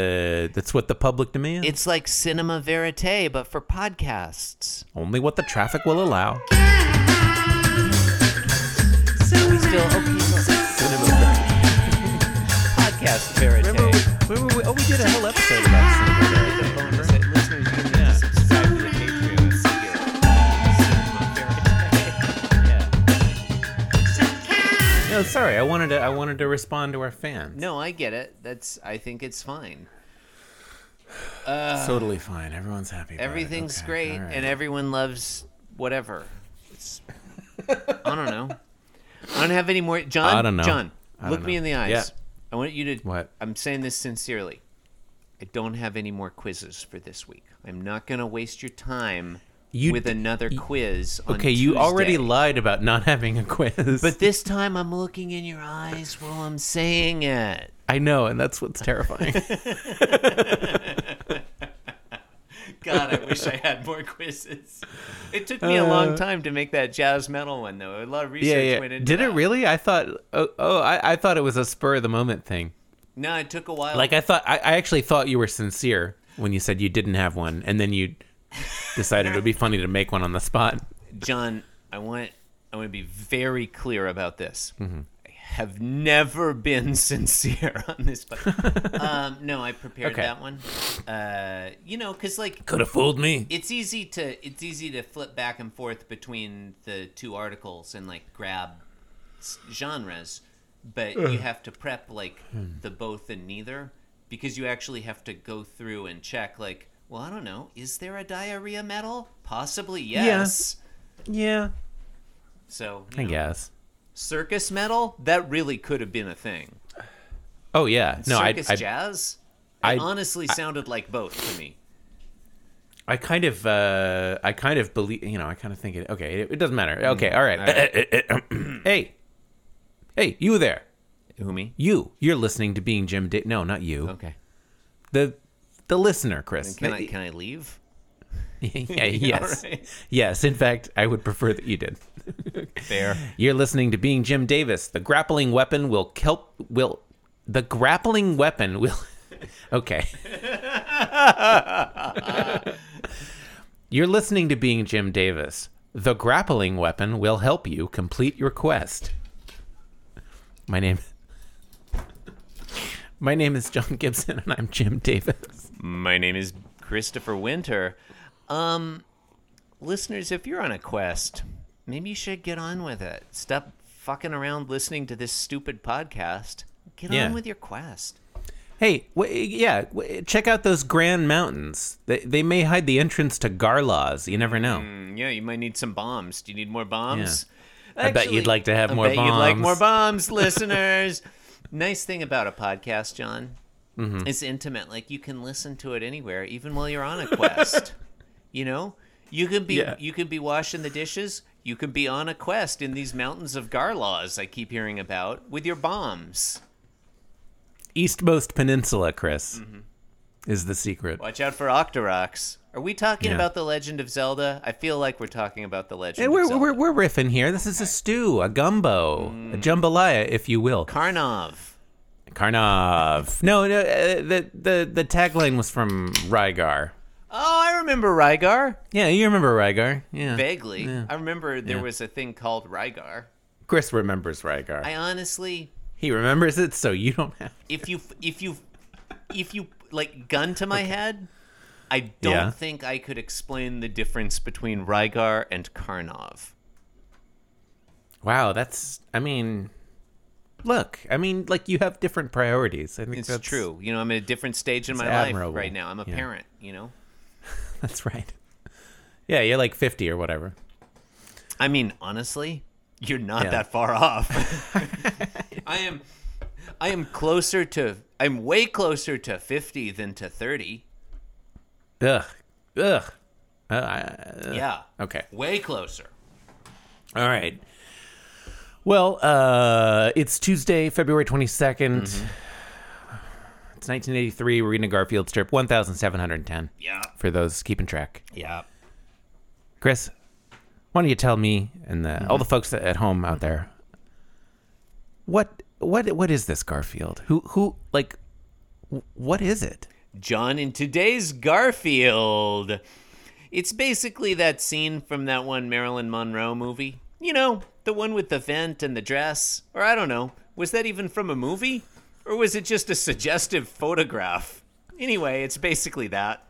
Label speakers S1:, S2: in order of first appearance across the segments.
S1: The that's what the public demands.
S2: It's like cinema verite, but for podcasts.
S1: Only what the traffic will allow.
S2: We still okay, podcast verite.
S1: Remember, we, remember we, oh, we did a whole episode about cinema. verite.
S2: Listeners, you can
S1: Yeah.
S2: subscribe to the Patreon and secure cinema verite.
S1: Yeah. No, sorry. I wanted to. I wanted to respond to our fans.
S2: No, I get it. That's I think it's fine.
S1: totally fine. Everyone's happy. about it.
S2: Everything's
S1: Okay,
S2: great,
S1: all right.
S2: and everyone loves whatever. It's, I don't know. I don't have any more. John,
S1: I don't know.
S2: John,
S1: I don't
S2: look me
S1: know.
S2: in the eyes.
S1: Yeah.
S2: I want you to.
S1: What?
S2: I'm saying this sincerely. I don't have any more quizzes for this week. I'm not going to waste your time
S1: You
S2: with
S1: d-
S2: another quiz. On
S1: okay, you already
S2: Tuesday.
S1: lied about not having a quiz.
S2: But this time I'm looking in your eyes while I'm saying it.
S1: I know, and that's what's terrifying.
S2: God, I wish I had more quizzes. It took me a long time to make that jazz metal one, though. A lot of research
S1: Uh, yeah, yeah.
S2: went into
S1: Did it
S2: that.
S1: really? I thought. Oh, oh I, I thought it was a spur of the moment thing.
S2: No, it took a while.
S1: Like I thought. I, I actually thought you were sincere when you said you didn't have one, and then you decided it would be funny to make one on the spot.
S2: John, I want I want to be very clear about this.
S1: Mm-hmm.
S2: I have never been sincere on this, but um, no, I prepared
S1: Okay.
S2: that one. Uh, you know, because like
S1: Could have fooled me.
S2: it's easy to it's easy to flip back and forth between the two articles and like grab s- genres, but you have to prep like the both and neither because you actually have to go through and check like. Well, I don't know. Is there a diarrhea metal? Possibly yes.
S1: Yeah,
S2: So you
S1: I
S2: know.
S1: guess.
S2: circus metal that really could have been a thing.
S1: Oh yeah. No, I,
S2: circus
S1: I
S2: jazz. It
S1: I-
S2: honestly sounded like both to me.
S1: I kind of, uh, I kind of believe, you know, I kind of think it. Okay, it, it doesn't matter.
S2: Mm,
S1: Okay, all right. hey, hey, you there?
S2: Umi.
S1: You, you're listening to Being Jim. Da- no, not you.
S2: Okay.
S1: The, the listener, Chris.
S2: Can I can I leave?
S1: yeah, yes,
S2: All right.
S1: yes. In fact, I would prefer that you did.
S2: Fair.
S1: You're listening to Being Jim Davis. The grappling weapon will kelp will the grappling weapon will Okay. You're listening to Being Jim Davis. The grappling weapon will help you complete your quest. My name My name is John Gibson and I'm Jim Davis.
S2: My name is Christopher Winter. Um, listeners, if you're on a quest, maybe you should get on with it. Stop fucking around listening to this stupid podcast. Get
S1: Yeah.
S2: on with your quest.
S1: Hey, w- yeah, w- check out those grand mountains. They they may hide the entrance to Garlaz. You never know.
S2: Mm, Yeah, you might need some bombs. Do you need more bombs?
S1: I bet you'd like to have
S2: I
S1: more
S2: bet You'd like
S1: bombs.
S2: more bombs, listeners. nice thing about a podcast, John,
S1: Mm-hmm.
S2: it's intimate. Like you can listen to it anywhere, even while you're on a quest. you know, you can be
S1: Yeah.
S2: you can be washing the dishes. You can be on a quest in these mountains of Garlaws I keep hearing about with your bombs.
S1: Eastmost Peninsula, Chris,
S2: Mm-hmm.
S1: is the secret.
S2: Watch out for Octoroks. Are we talking
S1: Yeah.
S2: about the Legend of Zelda? I feel like we're talking about the Legend
S1: Hey,
S2: of
S1: we're,
S2: Zelda.
S1: we're, we're riffing here. This is a stew, a gumbo, a
S2: Mm.
S1: jambalaya, if you will.
S2: Karnov.
S1: Karnov. No, no uh, the, the, the tagline was from Rygar.
S2: Oh, I remember Rygar.
S1: Yeah, you remember Rygar. Yeah.
S2: Vaguely.
S1: Yeah.
S2: I remember there was a thing called Rygar.
S1: Chris remembers Rygar.
S2: I honestly,
S1: he remembers it, so you don't have.
S2: if you, if you, if you like gun to my head, I don't
S1: Yeah.
S2: think I could explain the difference between Rygar and Karnov.
S1: Wow, that's. I mean, look. I mean, like, you have different priorities. I think
S2: It's
S1: that's
S2: true. You know, I'm at a different stage in my
S1: it's admirable.
S2: life right now. I'm a
S1: Yeah.
S2: parent, you know?
S1: That's right. Yeah, you're like 50 or whatever.
S2: I mean, honestly, you're not
S1: Yeah.
S2: that far off. I am, I am closer to, I'm way closer to 50 than to 30.
S1: Ugh. Ugh. Uh, I-
S2: Yeah.
S1: okay.
S2: Way closer.
S1: All right. Well, uh, it's Tuesday, February 22nd. It's 1983. We're reading a Garfield strip, 1710,
S2: Yeah.
S1: for those keeping track.
S2: Yeah.
S1: Chris, why don't you tell me and the, all the folks at home out there what what what is this Garfield? Who who like What is it?
S2: John in today's Garfield. It's basically that scene from that one Marilyn Monroe movie. You know, the one with the vent and the dress. Or I don't know, was that even from a movie? Or was it just a suggestive photograph? Anyway, it's basically that.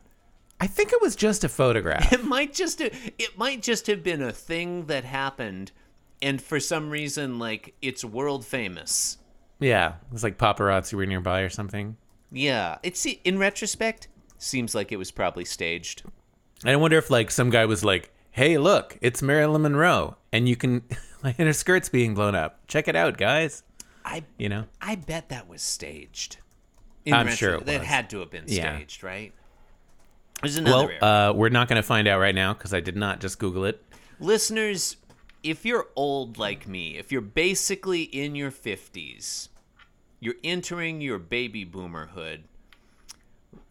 S1: I think it was just a photograph.
S2: It might just it might just have been a thing that happened and for some reason like it's world famous.
S1: yeah, it was like paparazzi were nearby or something.
S2: Yeah, it's in retrospect seems like it was probably staged.
S1: And I wonder if like some guy was like, "Hey, look, it's Marilyn Monroe, and you can, and her skirt's being blown up. Check it out, guys."
S2: I
S1: You know?
S2: I bet that was staged. In
S1: I'm sure it
S2: that
S1: was.
S2: had to have been
S1: Yeah.
S2: staged, right? There's another error.
S1: well, uh, we're not going to find out right now because I did not just Google it.
S2: listeners. If you're old like me, if you're basically in your 50s, you're entering your baby boomerhood.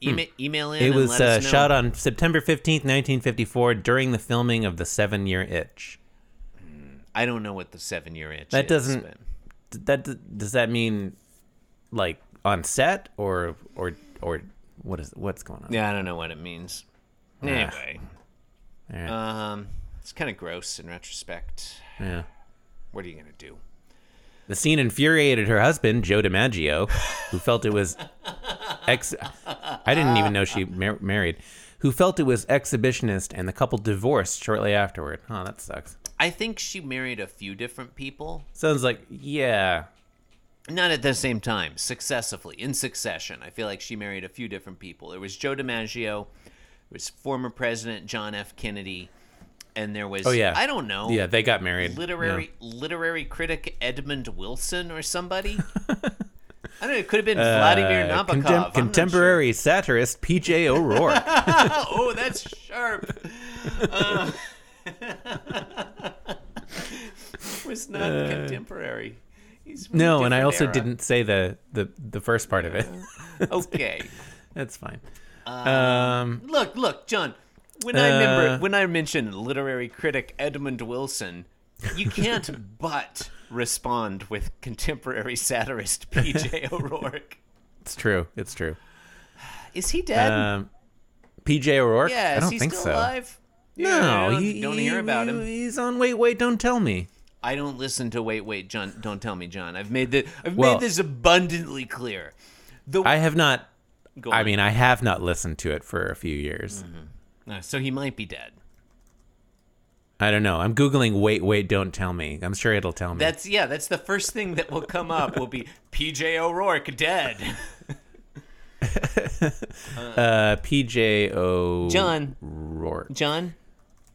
S2: Ema- Email in.
S1: Hmm. It
S2: and
S1: was
S2: let
S1: uh,
S2: us know.
S1: shot on September fifteenth, nineteen fifty-four, during the filming of the Seven Year Itch.
S2: I don't know what the seven-year itch.
S1: That
S2: is,
S1: doesn't-
S2: but-
S1: D- that does that mean like on set or or or what is what's going on?
S2: Yeah, I don't know what it means. Anyway,
S1: All right.
S2: um, it's kind of gross in retrospect.
S1: yeah.
S2: What are you gonna do?
S1: The scene infuriated her husband, Joe DiMaggio, who felt it was ex. I didn't even know she mar- married. Who felt it was exhibitionist, and the couple divorced shortly afterward. Huh, that sucks.
S2: I think she married a few different people.
S1: Sounds like yeah,
S2: Not at the same time, successively, in succession. I feel like she married a few different people. There was Joe DiMaggio, there was former President John F. Kennedy, and there was
S1: oh yeah.
S2: I don't know
S1: Yeah, they got married.
S2: literary literary critic Edmund Wilson or somebody. I don't know. It could have been Vladimir
S1: Yeah. Uh,
S2: Nabokov.
S1: contem-
S2: I'm not
S1: contemporary satirist P.J. O'Rourke.
S2: sure. Oh, that's sharp. Uh, was not contemporary. He's from a
S1: Uh. no, and I
S2: different
S1: also
S2: era.
S1: didn't say the the the first part of it.
S2: Okay.
S1: That's fine. um,
S2: Look, look, John. When I remember
S1: Uh,
S2: when I mentioned literary critic Edmund Wilson, you can't but respond with contemporary satirist P.J. O'Rourke.
S1: it's true. It's true.
S2: Is he dead?
S1: Um, P.J. O'Rourke.
S2: yeah,
S1: I
S2: is
S1: don't
S2: he
S1: think
S2: still
S1: so.
S2: alive? Yeah, I
S1: No,
S2: don't,
S1: he,
S2: don't hear
S1: he-
S2: about him.
S1: He's on. Wait, wait, don't tell me.
S2: I don't listen to Wait, Wait, John. Don't tell me, John. I've made the, I've
S1: Well-
S2: made this abundantly clear. The
S1: I have not.
S2: Go
S1: I
S2: on.
S1: mean, I have not listened to it for a few years.
S2: Uh, so he might be dead.
S1: I don't know. I'm googling. Wait, wait, don't tell me. I'm sure it'll tell me.
S2: That's yeah. That's the first thing that will come up. Will be P.J. O'Rourke dead.
S1: uh, PJO
S2: John.
S1: Rourke.
S2: John,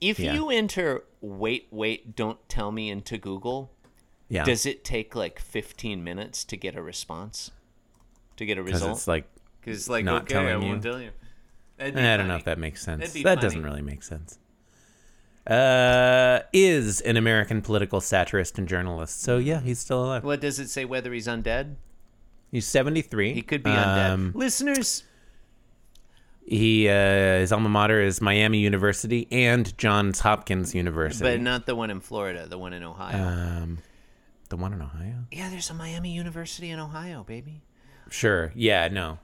S2: if
S1: Yeah.
S2: you enter wait, wait, don't tell me into Google,
S1: Yeah,
S2: does it take like 15 minutes to get a response? To get a
S1: because
S2: result?
S1: it's like
S2: Because it's like,
S1: not
S2: okay, I
S1: telling you.
S2: won't tell you. That'd be
S1: I don't know
S2: funny.
S1: if that makes sense.
S2: be
S1: That doesn't
S2: funny.
S1: really make sense. Uh, is an American political satirist and journalist. So yeah, he's still alive.
S2: What does it say whether he's undead?
S1: He's 73.
S2: He could be
S1: Um,
S2: undead. Listeners,
S1: He uh, his alma mater is Miami University and Johns Hopkins University.
S2: but not the one in Florida, the one in Ohio.
S1: um, the one in Ohio.
S2: yeah, there's a Miami University in Ohio, baby.
S1: Sure. Yeah. No,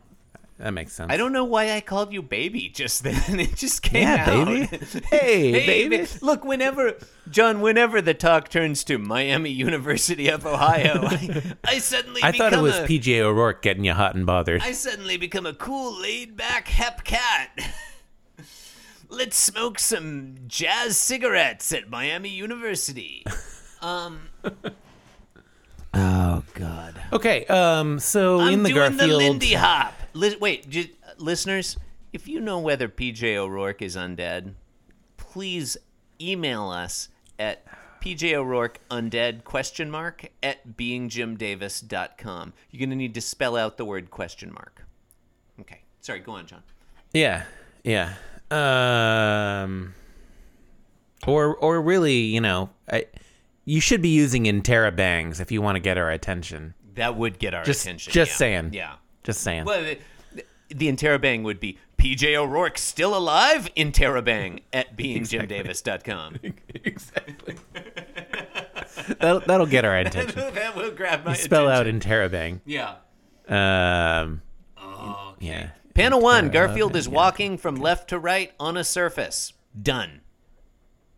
S1: that makes sense.
S2: I don't know why I called you baby just then. It just came
S1: Yeah,
S2: out.
S1: baby. Hey,
S2: Baby.
S1: baby.
S2: Look, whenever John, whenever the talk turns to Miami University of Ohio, I, I suddenly
S1: I
S2: become
S1: thought it was
S2: a,
S1: PJ O'Rourke getting you hot and bothered.
S2: I suddenly become a cool, laid-back hep cat. Let's smoke some jazz cigarettes at Miami University. Um. oh God.
S1: okay. Um. So
S2: I'm
S1: in the
S2: doing the
S1: Garfield,
S2: Lindy Hop. Li- wait, ju- uh, listeners, if you know whether PJ O'Rourke is undead, please email us at PJ O'Rourke undead question mark at beingjimdavis.com. You're going to need to spell out the word question mark. Okay. Sorry, go on, John.
S1: yeah, yeah. Um. Or or really, you know, I, you should be using Intera bangs if you want to get our attention.
S2: That would get our
S1: Just-
S2: attention.
S1: just
S2: yeah.
S1: saying.
S2: Yeah.
S1: Just saying.
S2: Well, the, the interrobang would be PJ O'Rourke still alive? Interrobang at beingjimdavis.com.
S1: exactly. that'll, that'll get our attention.
S2: that will grab my
S1: Spell
S2: attention.
S1: out interrobang.
S2: Yeah.
S1: Um,
S2: Okay.
S1: Yeah.
S2: Panel one Garfield is walking from left to right on a surface. Done.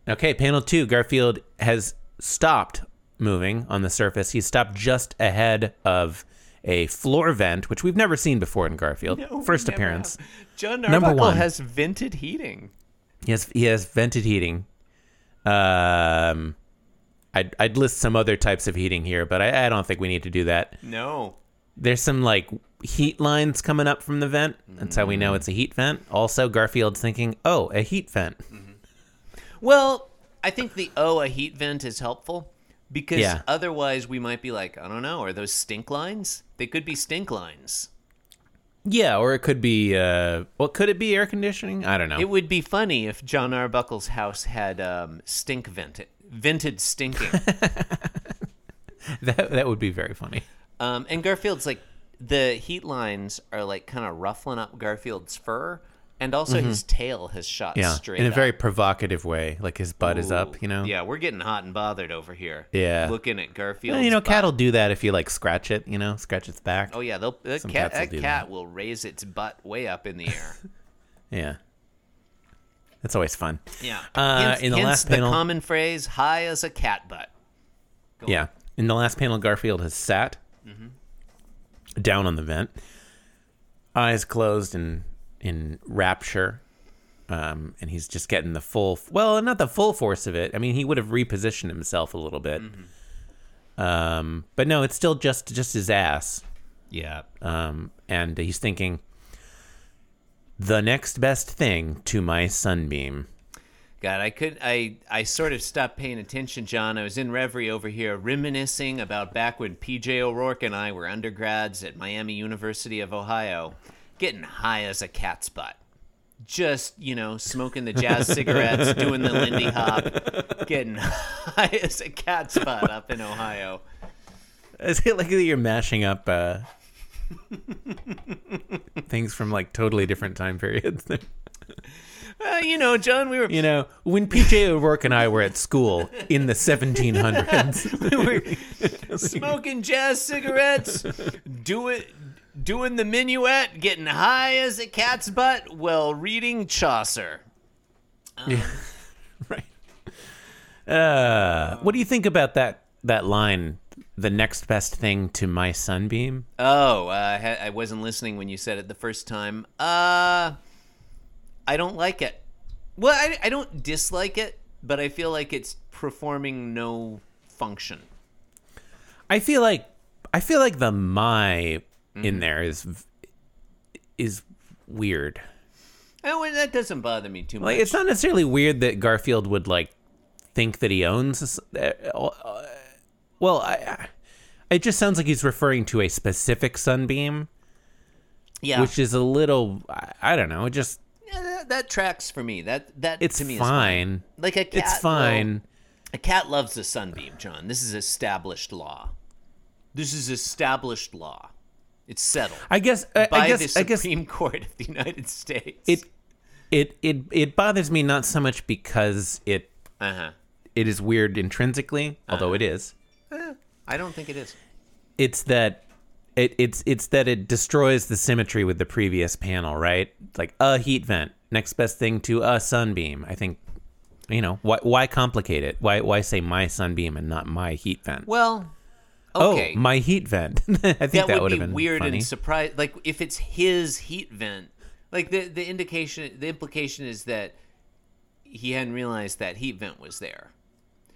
S1: Okay, panel two. Garfield has stopped moving on the surface. He's stopped just ahead of a floor vent, which we've never seen before in Garfield.
S2: Oh,
S1: First appearance.
S2: John
S1: Number
S2: Arbuckle
S1: one.
S2: has vented heating.
S1: He has he has vented heating. Um, I'd I'd list some other types of heating here, but I, I don't think we need to do that.
S2: No.
S1: There's some like heat lines coming up from the vent. That's how we know it's a heat vent. Also, Garfield's thinking, oh, a heat vent.
S2: Well, I think the oh a heat vent is helpful because
S1: Yeah.
S2: otherwise we might be like, I don't know, are those stink lines? They could be stink lines.
S1: Yeah, or it could be uh, well, could it be air conditioning? I don't know.
S2: It would be funny if John Arbuckle's house had um, stink vented, vented stinking.
S1: that that would be very funny.
S2: Um, and Garfield's like the heat lines are like kind of ruffling up Garfield's fur, and also his tail has shot
S1: Mm-hmm. Yeah,
S2: straight
S1: in a
S2: up.
S1: very provocative way, like his butt is
S2: Ooh.
S1: up. You know.
S2: Yeah, we're getting hot and bothered over here.
S1: Yeah.
S2: looking at Garfield.
S1: Yeah, You know, cattle do that if you like scratch it. You know, scratch its back.
S2: Oh yeah, they'll, the
S1: Some
S2: cat,
S1: cats will
S2: that
S1: do
S2: cat will raise its butt way up in the air.
S1: yeah. That's always fun.
S2: Yeah.
S1: Uh,
S2: hence,
S1: in the
S2: hence
S1: last panel-
S2: the common phrase "high as a cat butt."
S1: Yeah. In the last panel, Garfield has sat down on the vent, eyes closed in in rapture, um, and he's just getting the full well, not the full force of it. I mean, he would have repositioned himself a little bit, um, but no, it's still just just his ass,
S2: Yeah.
S1: um, and he's thinking the next best thing to my sunbeam.
S2: God, I could I I sort of stopped paying attention, John. I was in reverie over here, reminiscing about back when PJ O'Rourke and I were undergrads at Miami University of Ohio, getting high as a cat's butt. Just, you know, smoking the jazz cigarettes, doing the Lindy Hop, getting high as a cat's butt up in Ohio.
S1: Is it like that you're mashing up uh, things from like totally different time periods?
S2: Well, you know, John, we were
S1: you know, when PJ O'Rourke and I were at school in the 1700s.
S2: smoking jazz cigarettes, doing doing the minuet, getting high as a cat's butt while reading Chaucer.
S1: right. Uh, what do you think about that that line? The next best thing to my sunbeam.
S2: Oh, uh, I ha- I wasn't listening when you said it the first time. Uh, I don't like it. Well, I, I don't dislike it, but I feel like it's performing no function.
S1: I feel like I feel like the my in there is is weird.
S2: Oh, and that doesn't bother me too much.
S1: Like it's not necessarily weird that Garfield would like think that he owns. s- uh, uh, Well, I, I, it just sounds like he's referring to a specific sunbeam,
S2: yeah,
S1: which is a little. I, I don't know. It just
S2: Yeah, that, that tracks for me. That that
S1: it's
S2: to me is
S1: fine.
S2: fine. Like a cat
S1: It's
S2: will-
S1: fine.
S2: A cat loves a sunbeam, John. This is established law. This is established law. It's settled
S1: I guess. I,
S2: by
S1: I
S2: the
S1: guess. I guess
S2: Supreme Court of the United States.
S1: it. It it it bothers me not so much because it
S2: uh huh.
S1: it is weird intrinsically,
S2: Uh-huh.
S1: although it is.
S2: I don't think it is.
S1: it's that it, it's it's that it destroys the symmetry with the previous panel, right? It's like a heat vent, next best thing to a sunbeam. I think you know why why complicate it? Why why say my sunbeam and not my heat vent?
S2: Well,
S1: oh,
S2: okay.
S1: my heat vent. I think that,
S2: that, would
S1: would
S2: be
S1: have been
S2: weird
S1: funny.
S2: and surprise. Like if it's his heat vent, like the the indication, the implication is that he hadn't realized that heat vent was there.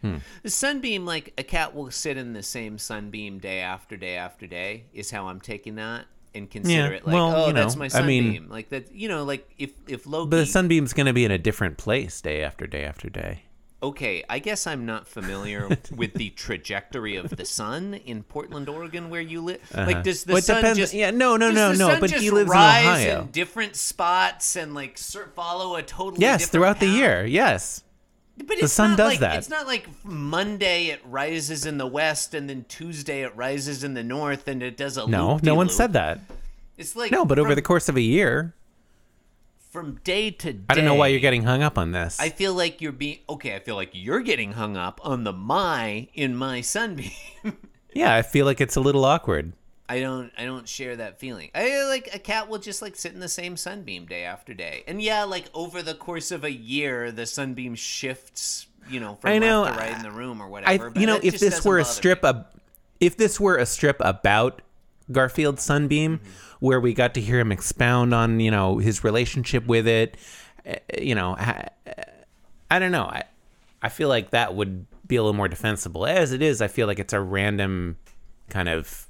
S1: Hmm.
S2: The sunbeam, like a cat will sit in the same sunbeam day after day after day, is how I'm taking that and consider
S1: Yeah,
S2: it like,
S1: well,
S2: oh,
S1: you
S2: that's
S1: know,
S2: my
S1: I mean-
S2: sunbeam. like that, you know, like if if Loki,
S1: but the sunbeam's going to be in a different place day after day after day.
S2: okay, I guess I'm not familiar with the trajectory of the sun in Portland, Oregon, where you live. Like, does the
S1: Uh-huh. Well, it
S2: sun
S1: depends-
S2: just
S1: yeah, no, no,
S2: does
S1: no,
S2: the
S1: no,
S2: sun
S1: but he
S2: just
S1: lives in
S2: rise
S1: Ohio.
S2: different spots and like sur- follow a totally
S1: Yes,
S2: different
S1: throughout the
S2: path?
S1: year. Yes.
S2: But the
S1: sun does
S2: like,
S1: that.
S2: It's not like Monday it rises in the west and then Tuesday it rises in the north and it does a
S1: No, no one said that.
S2: It's like
S1: No, but over
S2: from-
S1: the course of a year,
S2: from day to day.
S1: I don't know why you're getting hung up on this.
S2: I feel like you're being okay. I feel like you're getting hung up on the my in my sunbeam.
S1: yeah, I feel like it's a little awkward.
S2: I don't I don't share that feeling. I like a cat will just like sit in the same sunbeam day after day. And yeah, like over the course of a year the sunbeam shifts, you know, from
S1: I know,
S2: left to right in the room or whatever.
S1: I,
S2: but
S1: you know,
S2: that
S1: if
S2: just
S1: this
S2: doesn't
S1: were a
S2: bother me.
S1: strip, ab- if this were a strip about Garfield Sunbeam,
S2: Mm-hmm.
S1: where we got to hear him expound on, you know, his relationship with it, eh, you know, I, I don't know. I, I feel like that would be a little more defensible. As it is, I feel like it's a random kind of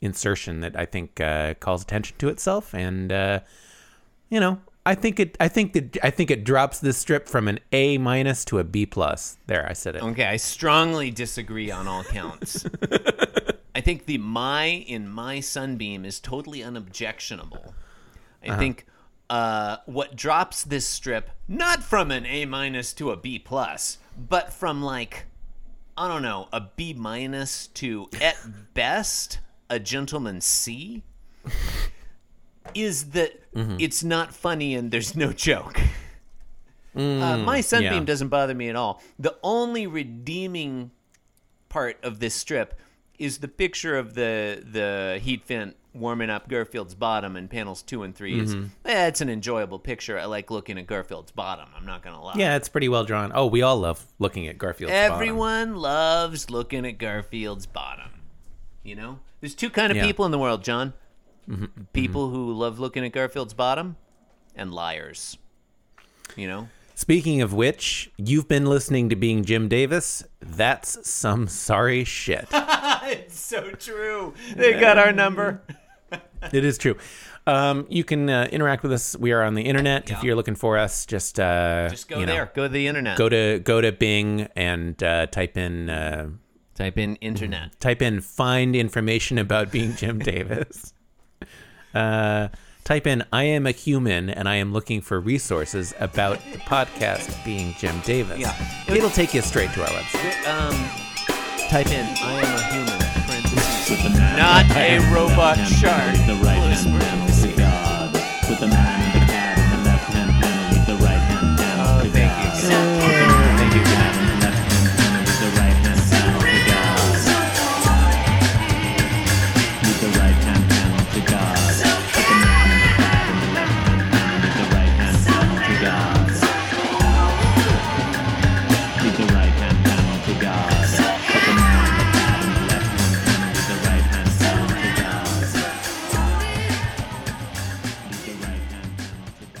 S1: insertion that I think uh, calls attention to itself, and uh, you know. I think it. I think that. I think it drops this strip from an A minus to a B plus. There, I said it.
S2: Okay, I strongly disagree on all counts. I think the my in my sunbeam is totally unobjectionable. I
S1: Uh-huh.
S2: think uh, what drops this strip not from an A minus to a B plus, but from like I don't know a B minus to at best a gentleman C is that it's not funny and there's no joke. Uh, my sunbeam
S1: yeah.
S2: doesn't bother me at all. The only redeeming part of this strip is the picture of the the heat vent warming up Garfield's bottom in panels two and 3 It's- eh, it's an enjoyable picture. I like looking at Garfield's bottom. I'm not gonna lie.
S1: Yeah, it's pretty well drawn. Oh, we all love looking at Garfield's bottom.
S2: Everyone loves looking at Garfield's bottom. You know, there's two kind of
S1: Yeah.
S2: people in the world, John. People who love looking at Garfield's bottom, and liars. You know.
S1: Speaking of which, you've been listening to Being Jim Davis. That's some sorry shit.
S2: it's so true. They got our number.
S1: it is true. Um, you can uh, interact with us. We are on the internet. If you're looking for us, just uh,
S2: Just go
S1: you know,
S2: there. go to the internet.
S1: Go to go to Bing and uh, type in uh,
S2: type in internet.
S1: type in find information about being Jim Davis. Uh, type in I am a human and I am looking for resources about the podcast being Jim Davis.
S2: Yeah.
S1: It'll take you straight to our website.
S2: Um, type in I am a human. Parentheses. Not a robot shark.
S3: The right
S2: Close
S3: hand panel
S2: parentheses.
S3: to God. With the man and the cat in the left hand panel with the right hand panel
S2: Oh,
S3: to
S2: thank
S3: God.
S2: you.
S3: Thank you. Man in the left hand panel with the right hand panel to God. With the right hand panel to God. With the man and the cat in the left hand panel with the right hand panel to God. With the right hand panel to God. With the man and the cat in the left hand panel with the right hand panel to God. With the right hand panel to God.